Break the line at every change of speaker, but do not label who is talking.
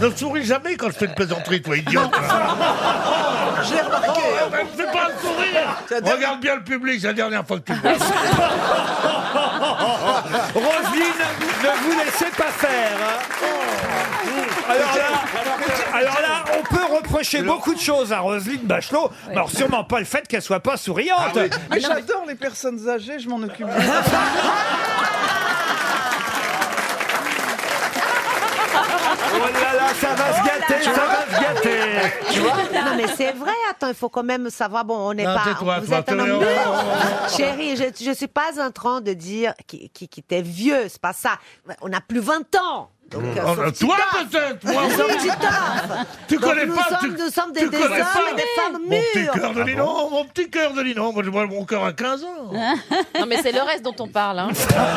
Ne souris jamais quand je fais une plaisanterie, toi, idiot.
J'ai remarqué.
Oh, ben, fais pas le sourire.
Ça donne-
Regarde bien le public, c'est la dernière fois que tu le vois.
Roselyne, ne vous laissez pas faire. hein. Alors là, alors là, on peut reprocher beaucoup de choses à Roselyne Bachelot, mais alors sûrement pas le fait qu'elle soit pas souriante.
Mais j'adore les personnes âgées, je m'en occupe. bien.
Oh là là, ça va se gâter, ça va se gâter.
Non mais c'est vrai, attends, il faut quand même savoir, bon, on n'est
Non,
pas...
tais-toi,
vous
toi,
êtes un homme
tais-toi.
de- Chérie, je ne suis pas en train de dire qui, qui, qui t'es vieux, c'est pas ça. On a plus 20 ans. Donc, euh,
Oh,
sauf
euh,
petit
toi,
taf.
peut-être, moi,
Nous sommes
oui.
du taf.
Tu
Donc,
connais
nous
pas,
sommes,
tu-
Nous sommes
tu
des, des
connais
hommes
pas.
et des femmes
Mon petit
mûres.
cœur de Lino, mon petit cœur de Lino. Moi, je vois mon cœur à 15 ans.
Non, mais c'est le reste dont on parle. Hein.